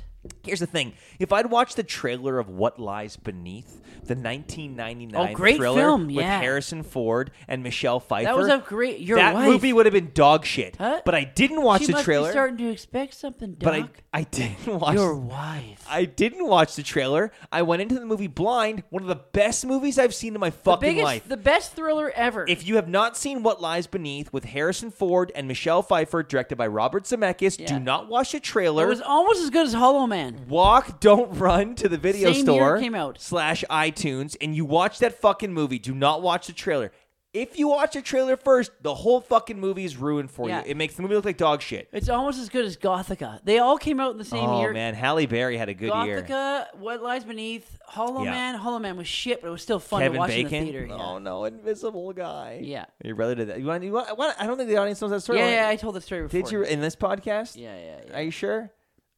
A: Here's the thing: if I'd watched the trailer of What Lies Beneath, the 1999
B: Oh, great
A: thriller
B: film,
A: with
B: yeah.
A: Harrison Ford and Michelle Pfeiffer,
B: That was a great. Your
A: that
B: wife.
A: movie would have been dog shit.
B: Huh?
A: But I didn't watch
B: she
A: the
B: must
A: trailer.
B: Be starting to expect something,
A: but I,
B: Doc.
A: I didn't watch.
B: Your wife.
A: I didn't watch the trailer. I went into the movie blind. One of the best movies I've seen in my
B: the
A: fucking
B: biggest,
A: life.
B: the best thriller ever.
A: If you have not seen What Lies Beneath with Harrison Ford and Michelle Pfeiffer, directed by Robert Zemeckis,
B: Yeah.
A: do not watch the
B: it
A: trailer.
B: was almost as good as Hollow Man.
A: Walk, don't run to the video
B: Same year
A: store
B: it came out.
A: slash iTunes, and you watch that fucking movie. Do not watch the trailer. If you watch the trailer first, the whole fucking movie is ruined for
B: Yeah.
A: you. It makes the movie look like dog shit.
B: It's almost as good as Gothica. They all came out in the same
A: oh
B: year.
A: man, Halle Berry had a good year.
B: Gothica, What Lies Beneath, Hollow
A: Yeah.
B: Man. Hollow Man was shit, but it was still fun to
A: Kevin
B: watch
A: Bacon.
B: in the theater. Yeah.
A: Oh no, Invisible Guy.
B: Yeah.
A: your brother did that. You want? You want, I want- I don't think the audience knows that story.
B: yeah, yeah, I told the story before.
A: Did you in this podcast?
B: Yeah, yeah, yeah.
A: Are you sure?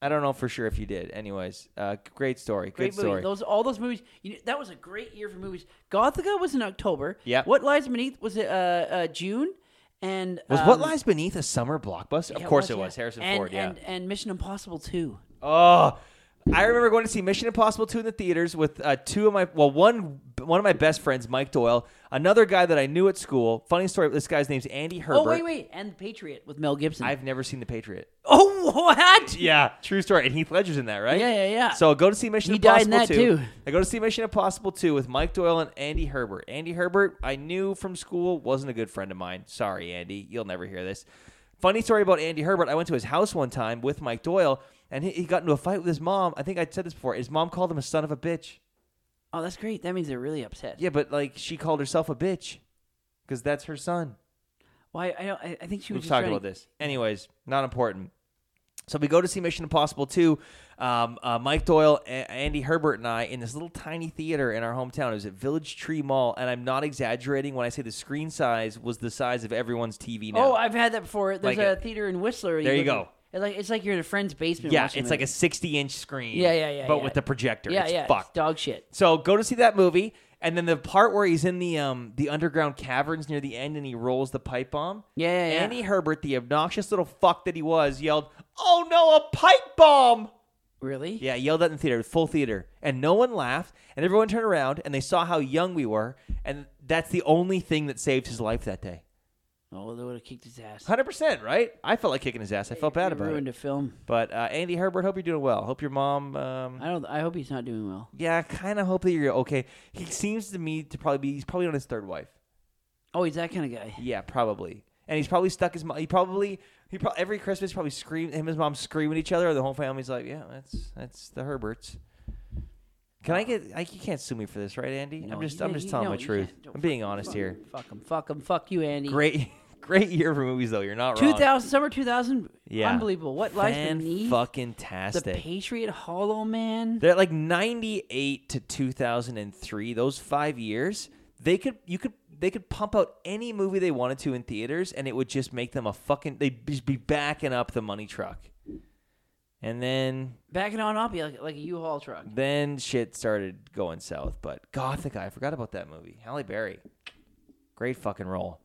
A: I don't know for sure if you did. Anyways, uh, great story.
B: Great
A: good
B: movie.
A: story.
B: Those all those movies. You know, that was a great year for movies. Gothica was in October.
A: Yep.
B: What Lies Beneath was uh, uh, June, and
A: was What
B: um,
A: Lies Beneath a summer blockbuster?
B: yeah,
A: of course it
B: yeah.
A: was. Harrison
B: And-
A: Ford. Yeah.
B: and, and Mission Impossible Two.
A: oh, I remember going to see Mission Impossible two in the theaters with uh, two of my well one one of my best friends, Mike Doyle, another guy that I knew at school. Funny story. This guy's name's Andy Herbert.
B: Oh wait, wait, and The Patriot with Mel Gibson.
A: I've never seen The Patriot.
B: oh what?
A: Yeah, true story. And Heath Ledger's in that, right?
B: Yeah, yeah, yeah.
A: So I go to see Mission
B: He died in
A: Impossible
B: that,
A: 2.
B: too.
A: I go to see Mission Impossible 2 with Mike Doyle and Andy Herbert. Andy Herbert, I knew from school, wasn't a good friend of mine. Sorry, Andy. You'll never hear this. Funny story about Andy Herbert. I went to his house one time with Mike Doyle, and he, he got into a fight with his mom. I think I said this before. His mom called him a son of a bitch.
B: Oh, that's great. That means they're really upset.
A: Yeah, but like she called herself a bitch because that's her son.
B: Why? I don't. I, I think she was
A: We've
B: just
A: talked
B: trying
A: about
B: to-
A: this. Anyways, not important. So we go to see Mission Impossible 2. Um, uh, Mike Doyle, A- Andy Herbert, and I in this little tiny theater in our hometown. It was at Village Tree Mall, and I'm not exaggerating when I say the screen size was the size of everyone's TV now.
B: Oh, I've had that before. There's
A: Like
B: a,
A: a-
B: theater in Whistler.
A: There you
B: look-
A: go.
B: It's like it's like you're in a friend's basement.
A: yeah,
B: watching
A: it's like a
B: movie.
A: 60 inch screen.
B: Yeah, yeah, yeah,
A: But
B: yeah.
A: with the projector.
B: yeah,
A: it's
B: yeah. it's
A: fucked.
B: dog shit.
A: So go to see that movie, and then the part where he's in the um the underground caverns near the end, and he rolls the pipe bomb.
B: Yeah, yeah, yeah.
A: Andy Herbert, the obnoxious little fuck that he was, yelled, "Oh no, a pipe bomb!"
B: Really?
A: Yeah, yelled at in the theater, full theater, and no one laughed, and everyone turned around, and they saw how young we were, and that's the only thing that saved his life that day.
B: Oh, they would have kicked his ass.
A: Hundred percent, right? I felt like kicking his ass. I felt bad
B: You
A: about
B: ruined
A: it.
B: a film.
A: But uh, Andy Herbert, hope you're doing well. Hope your mom. Um,
B: I don't. I hope he's not doing well.
A: yeah, I kind of hope that you're okay. He seems to me to probably be. He's probably on his third wife.
B: Oh, he's that kind of guy.
A: Yeah, probably. And he's probably stuck his mom. He probably he probably every Christmas probably scream him and his mom scream at each other. and The whole family's like, yeah, that's that's the Herberts. Can I get? I, you can't sue me for this, right, Andy?
B: No,
A: I'm just
B: you-
A: I'm just
B: you-
A: telling
B: no,
A: my
B: you
A: truth.
B: can't. Don't
A: I'm being
B: fucking-
A: honest
B: fuck
A: here.
B: him, Fuck him. Fuck him. Fuck you, Andy.
A: Great great year for movies though. You're not wrong.
B: 2000 summer 2000
A: Yeah.
B: unbelievable what lies beneath
A: fucking
B: the
A: tastic.
B: patriot hollow man
A: They're like 98 to 2003, those 5 years, they could you could they could pump out any movie they wanted to in theaters and it would just make them a fucking they'd just be backing up the money truck. and then
B: Backing on up, yeah, like, like a U-Haul truck.
A: then shit started going south. But Gothica, I forgot about that movie. Halle Berry, great fucking role.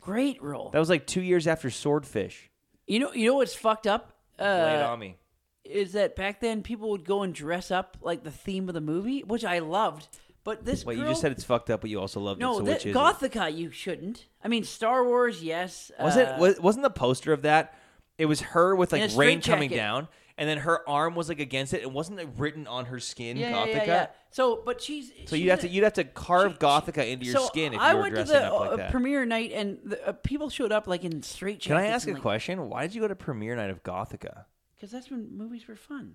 B: Great roll.
A: That was like two years after Swordfish.
B: you know, you know what's fucked up?
A: Lay it
B: Uh,
A: on me.
B: is that back then people would go and dress up like the theme of the movie, which I loved. But this
A: Wait,
B: girl,
A: you just said it's fucked up, but you also loved it.
B: no,
A: So
B: that,
A: which is it?
B: Gothica. You shouldn't. I mean, Star Wars, yes.
A: Was
B: uh,
A: it was, wasn't the poster of that? It was her with like
B: In a
A: rain
B: straight
A: coming
B: jacket.
A: down, and then her arm was like against it. And wasn't it written on her skin,
B: yeah, yeah,
A: Gothica?
B: yeah, yeah. So, but she's
A: So
B: she's
A: you'd have
B: a-
A: to you'd have to carve
B: she-
A: Gothica into your
B: so
A: skin if
B: I
A: you were
B: went
A: dressing
B: to the
A: up like
B: uh,
A: that.
B: premiere night, and the, uh, people showed up like in straight jackets.
A: Can I ask a
B: and, like,
A: question? Why did you go to premiere night of Gothica?
B: Because that's when movies were fun.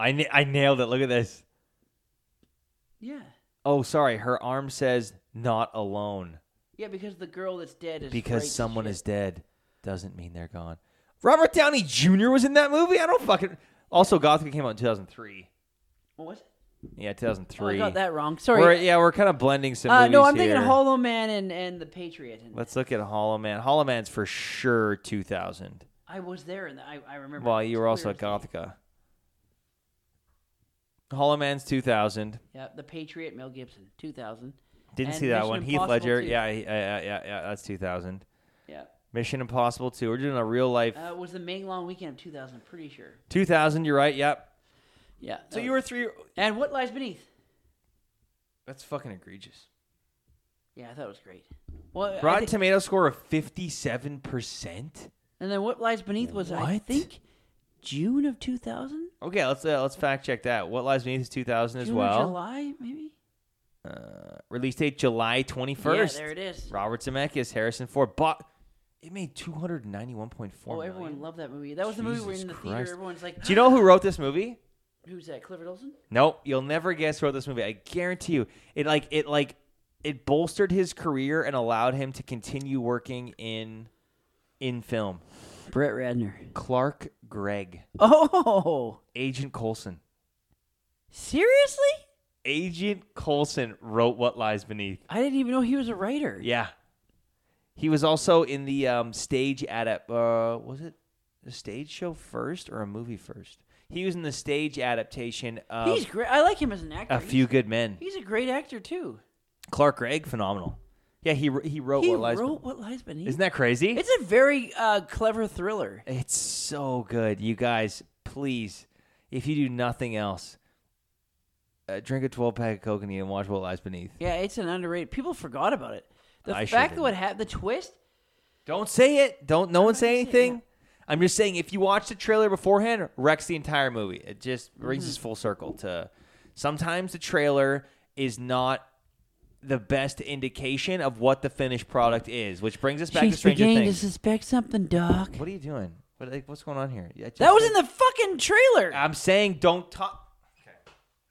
A: I na- I nailed it. Look at this.
B: Yeah,
A: Oh, sorry. Her arm says "not alone"
B: yeah. Because the girl that's dead is
A: because
B: straight
A: someone
B: shit.
A: is dead. Doesn't mean they're gone. Robert Downey Jr. was in that movie. I don't fucking. Also, Gothica came out in 2003.
B: What?
A: Yeah,
B: Oh, I
A: 2003.
B: got that wrong. Sorry.
A: We're, yeah, we're kind of blending some.
B: uh, no,
A: movies
B: I'm thinking
A: here.
B: Hollow Man and, and the Patriot. And
A: Let's look at Hollow Man. Hollow Man's for sure 2000.
B: I was there, and I, I remember.
A: Well,
B: it
A: you were also at
B: clear as day.
A: Gothica. Hollow Man's 2000.
B: Yeah, the Patriot, Mel Gibson, 2000.
A: Didn't
B: And
A: see that
B: Mission
A: one. Heath
B: Impossible
A: Ledger.
B: 2.
A: Yeah, yeah, yeah, yeah, yeah. That's 2000.
B: Yeah,
A: Mission Impossible 2. We're doing a real life.
B: uh, it was the main long weekend of 2000. Pretty sure.
A: 2000. You're right. Yep.
B: Yeah.
A: So
B: that
A: you
B: was-
A: were three.
B: And What Lies Beneath.
A: That's fucking egregious.
B: Yeah, I thought it was great. Well, I
A: Rotten
B: think-
A: Tomato score of 57 percent.
B: and then What Lies Beneath was I
A: What?
B: think June of 2000.
A: Okay, let's uh, let's fact check that. What Lies Beneath is 2000 as
B: June or
A: well.
B: July maybe.
A: Uh, release date July 21st.
B: Yeah, there it is.
A: Robert Zemeckis, Harrison Ford. Bought, it made 291.4
B: Oh,
A: million.
B: everyone loved that movie. That was the movie where
A: Jesus
B: in the
A: Christ.
B: theater everyone's like,
A: Do you know who wrote this movie?
B: "Who's that? Clifford Olsen?"
A: Nope, you'll never guess who wrote this movie. I guarantee you. It like it like it bolstered his career and allowed him to continue working in in film.
B: Brett Radner.
A: Clark Gregg,
B: Oh,
A: Agent Coulson.
B: seriously?
A: Agent Coulson wrote What Lies Beneath.
B: I didn't even know he was a writer.
A: Yeah. He was also in the um, stage adapt. Uh, was it a stage show first or a movie first? He was in the stage adaptation of
B: He's great. I like him as an actor.
A: A Few Good Men.
B: He's, he's a great actor too.
A: Clark Gregg, phenomenal. Yeah, he wr- he wrote
B: He
A: what lies.
B: wrote what lies beneath.
A: Isn't that crazy?
B: it's a very uh, clever thriller.
A: It's so good. You guys, please, if you do nothing else, uh, drink a 12 pack of Coke and eat and watch What Lies Beneath.
B: Yeah, it's an underrated. People forgot about it. The
A: I sure
B: fact that what happened, the twist.
A: Don't say it. Don't. No one
B: not
A: say
B: gonna say it,
A: anything. I'm just saying, if you watch the trailer beforehand, wrecks the entire movie. It just brings
B: Mm-hmm.
A: us full circle to. Sometimes the trailer is not the best indication of what the finished product is, which brings us back to
B: She's
A: Stranger
B: beginning
A: Things.
B: to suspect something, Doc.
A: what are you doing? What, like, what's going on here? Yeah, just-
B: That was in the fucking trailer.
A: I'm saying don't talk. Okay.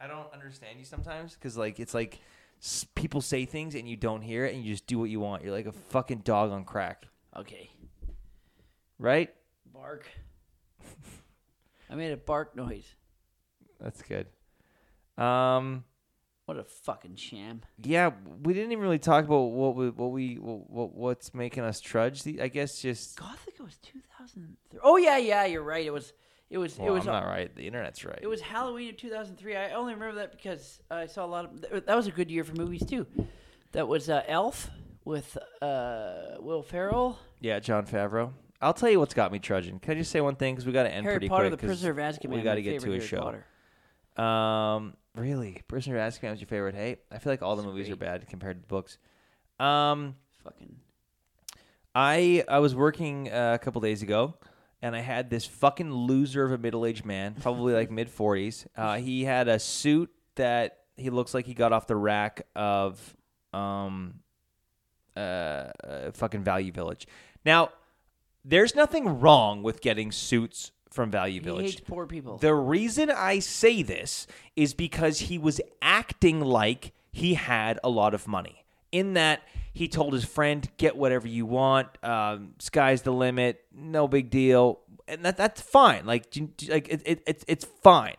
A: I don't understand you sometimes because like it's like s- people say things and you don't hear it and you just do what you want. You're like a fucking dog on crack,
B: okay,
A: right?
B: bark. I made a bark noise.
A: That's good. Um.
B: What a fucking sham.
A: Yeah, we didn't even really talk about what we, what we what what's making us trudge. The, I guess just
B: Gothica was 2003. Oh yeah, yeah, you're right. It was. It was.
A: well,
B: it was.
A: I'm not right. The internet's right.
B: It was Halloween of 2003. I only remember that because I saw a lot of. th- That was a good year for movies too. That was uh, Elf with uh, Will Ferrell,
A: yeah, John Favreau. I'll tell you what's got me trudging. Can I just say one thing? Because we got to end
B: Harry
A: pretty
B: Potter,
A: quick.
B: The
A: 'cause
B: Prisoner of Azkaban.
A: We
B: got
A: gotta get to a show.
B: Potter.
A: Um, really, Prisoner of Azkaban was your favorite? Hey, I feel like all the movies are
B: great.
A: bad compared to the books. Um,
B: Fucking
A: I I was working uh, a couple days ago, and I had this fucking loser of a middle aged man, probably like mid forties. Uh, he had a suit that he looks like he got off the rack of um, uh, uh, fucking Value Village. Now, there's nothing wrong with getting suits from Value
B: he
A: Village.
B: hates poor people.
A: The reason I say this is because he was acting like he had a lot of money. In that he told his friend, "Get whatever you want. Um, sky's the limit. No big deal." And that that's fine. Like do- do- like it, it, it's it's fine.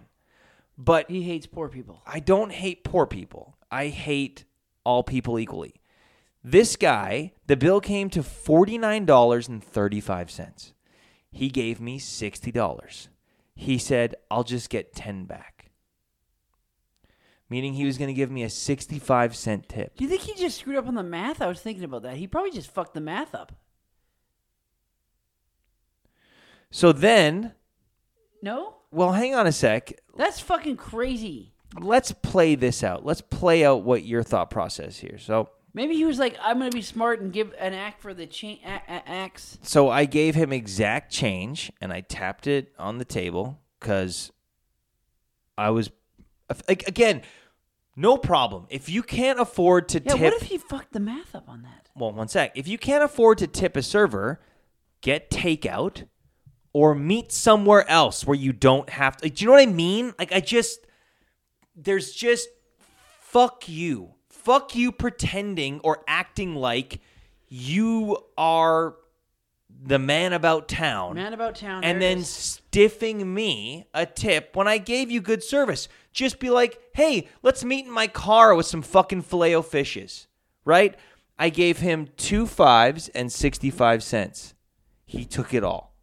A: But
B: he hates poor people.
A: I don't hate poor people. I hate all people equally. This guy, the bill came to $49.35. He gave me $60. He said, I'll just get 10 back. Meaning he was going to give me a 65 cent tip.
B: Do you think he just screwed up on the math? I was thinking about that. He probably just fucked the math up.
A: So then,
B: No?
A: well, hang on a sec.
B: That's fucking crazy.
A: Let's play this out. Let's play out what your thought process here. So,
B: Maybe he was like, "I'm gonna be smart and give an act for the chain a- a- axe."
A: so I gave him exact change and I tapped it on the table cuz I was like again, no problem. If you can't afford to
B: Yeah,
A: tip
B: what if he fucked the math up on that?
A: well, one sec. If you can't afford to tip a server, get takeout or meet somewhere else where you don't have to. Like, do you know what I mean? Like, I just, there's just fuck you. Fuck you pretending or acting like you are the man about town
B: Man about town,
A: and
B: there it
A: then
B: is.
A: stiffing me a tip when I gave you good service. Just be like, hey, let's meet in my car with some fucking filet o fishes, right? I gave him two fives and 65 cents. He took it all.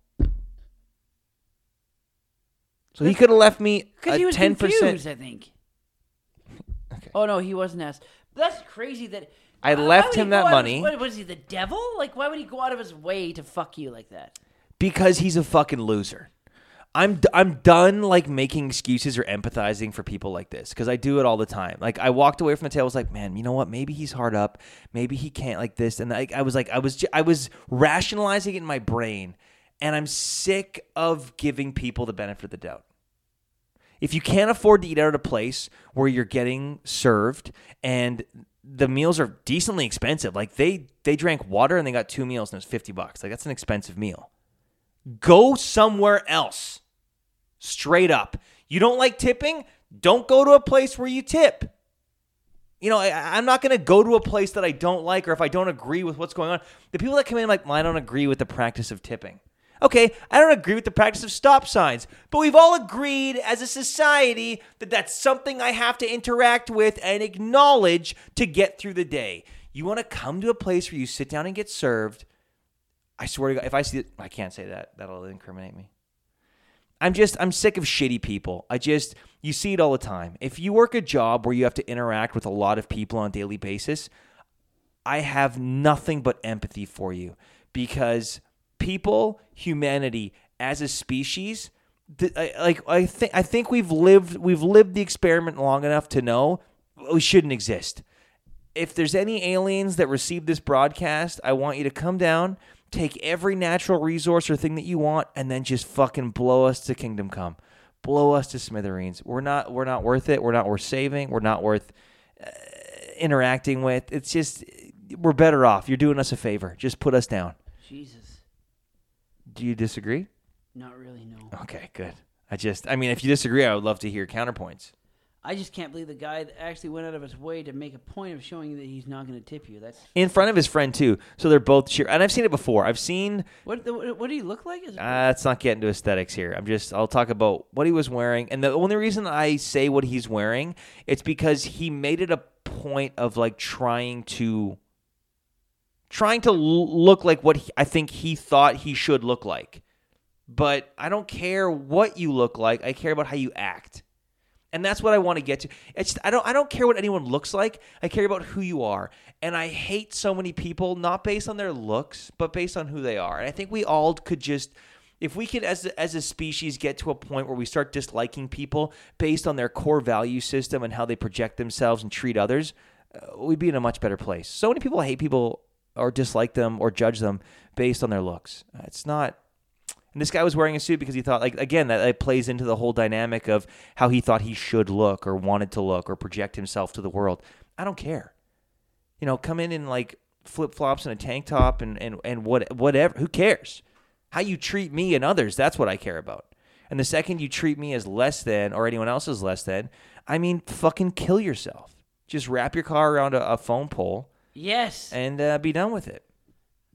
A: So he could have left me a
B: because he was
A: 10%.
B: confused, I think. Oh no, he wasn't asked. That's crazy. That
A: I
B: why
A: left
B: would he
A: him
B: go
A: that
B: out of
A: money.
B: His, what was he, the devil? Like, why would he go out of his way to fuck you like that?
A: because he's a fucking loser. I'm d- I'm done like making excuses or empathizing for people like this because I do it all the time. Like I walked away from the table, I was like, man, you know what? Maybe he's hard up. Maybe he can't like this. And I, I was like, I was j- I was rationalizing it in my brain, and I'm sick of giving people the benefit of the doubt. If you can't afford to eat out at a place where you're getting served and the meals are decently expensive, like they they drank water and they got two meals and it was fifty bucks. Like that's an expensive meal go somewhere else. Straight up. You don't like tipping? Don't go to a place where you tip. You know, I, I'm not going to go to a place that I don't like or if I don't agree with what's going on. The people that come in like, well, I don't agree with the practice of tipping. Okay, I don't agree with the practice of stop signs, but we've all agreed as a society that that's something I have to interact with and acknowledge to get through the day. You want to come to a place where you sit down and get served, I swear to God, if I see it, I can't say that. That'll incriminate me. I'm just, I'm sick of shitty people. I just, you see it all the time. If you work a job where you have to interact with a lot of people on a daily basis, I have nothing but empathy for you because people, humanity as a species, th- I, like I think I think we've lived we've lived the experiment long enough to know we shouldn't exist. If there's any aliens that receive this broadcast, I want you to come down, take every natural resource or thing that you want, and then just fucking blow us to kingdom come, blow us to smithereens. We're not we're not worth it. We're not worth saving. We're not worth uh, interacting with. It's just we're better off. You're doing us a favor. Just put us down.
B: Jesus,
A: Do you disagree?
B: not really. No,
A: Okay, good. I just I mean, if you disagree, I would love to hear counterpoints.
B: I just can't believe the guy that actually went out of his way to make a point of showing you that he's not gonna tip you. That's
A: In front of his friend too. So they're both cheer and I've seen it before. I've seen
B: what. The, what do he look like? Is
A: uh, let's not get into aesthetics here. I'm just I'll talk about what he was wearing, and the only reason I say what he's wearing, it's because he made it a point of like trying to trying to l- look like what he, I think he thought he should look like. But I don't care what you look like. I care about how you act. And that's what I want to get to. It's I don't I don't care what anyone looks like. I care about who you are. And I hate so many people not based on their looks, but based on who they are. And I think we all could just if we could as a, as a species get to a point where we start disliking people based on their core value system and how they project themselves and treat others, uh, we'd be in a much better place. So many people hate people or dislike them or judge them based on their looks. Uh, It's not and this guy was wearing a suit because he thought, like, again, that it plays into the whole dynamic of how he thought he should look or wanted to look or project himself to the world. I don't care. You know, come in in like flip flops and a tank top and, and, and what, whatever. Who cares? How you treat me and others, that's what I care about. And the second you treat me as less than or anyone else as less than, I mean, fucking kill yourself. Just wrap your car around a, a phone pole
B: yes,
A: and uh, be done with it.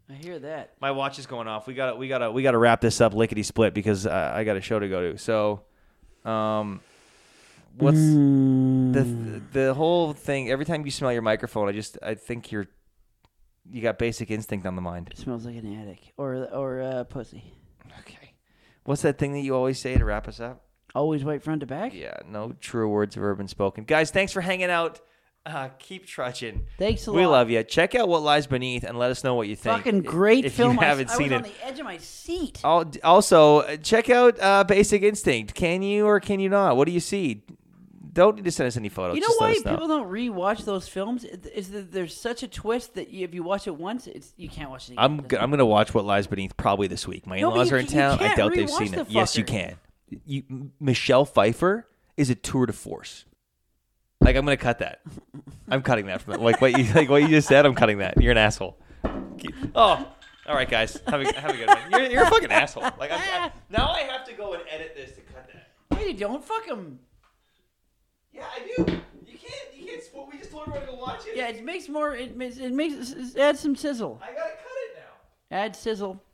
B: I hear that.
A: My watch is going off. We got to we got to we got to wrap this up lickety split because uh, I got a show to go to. So, um, what's Mm. the the whole thing? Every time you smell your microphone, I just I think you're you got basic instinct on the mind.
B: It smells like an attic or or uh, pussy.
A: Okay. What's that thing that you always say to wrap us up?
B: Always wait front to back.
A: Yeah, no true words of urban spoken. Guys, thanks for hanging out. Uh, keep trudging.
B: Thanks a
A: we
B: lot.
A: love you. Check out what lies beneath and let us know what you think.
B: Fucking great
A: if
B: film.
A: you
B: I-
A: haven't
B: I,
A: seen
B: was
A: it.
B: on the edge of my seat.
A: Al- Also, uh, check out uh, Basic Instinct. Can you or can you not? What do you see? Don't need to send us any photos.
B: You know
A: Just
B: why
A: let us know.
B: people don't rewatch those films? It- Is that there's such a twist that you, if you watch it once, it's you can't watch it again.
A: I'm g- I'm gonna watch What Lies Beneath probably this week. My
B: No, but
A: in-laws
B: you
A: are in
B: ca- you
A: town. I
B: can't
A: doubt they've
B: rewatch
A: seen
B: the
A: it. Yes, you
B: fucker.
A: can. You, M- Michelle Pfeiffer is a tour de force. Like I'm gonna cut that. I'm cutting that from it. Like what you like what you just said. I'm cutting that. You're an asshole. Keep- Oh, all right, guys. Have a, have a good one. You're, you're a fucking asshole. Like I'm, I, now I have to go and edit this to cut that.
B: Hey, don't fuck them.
A: Yeah, I do. You can't you can't. Spoil, we just told everyone to go watch it.
B: Yeah, it makes more. It makes. It makes. Add some sizzle.
A: I gotta cut it now.
B: Add sizzle.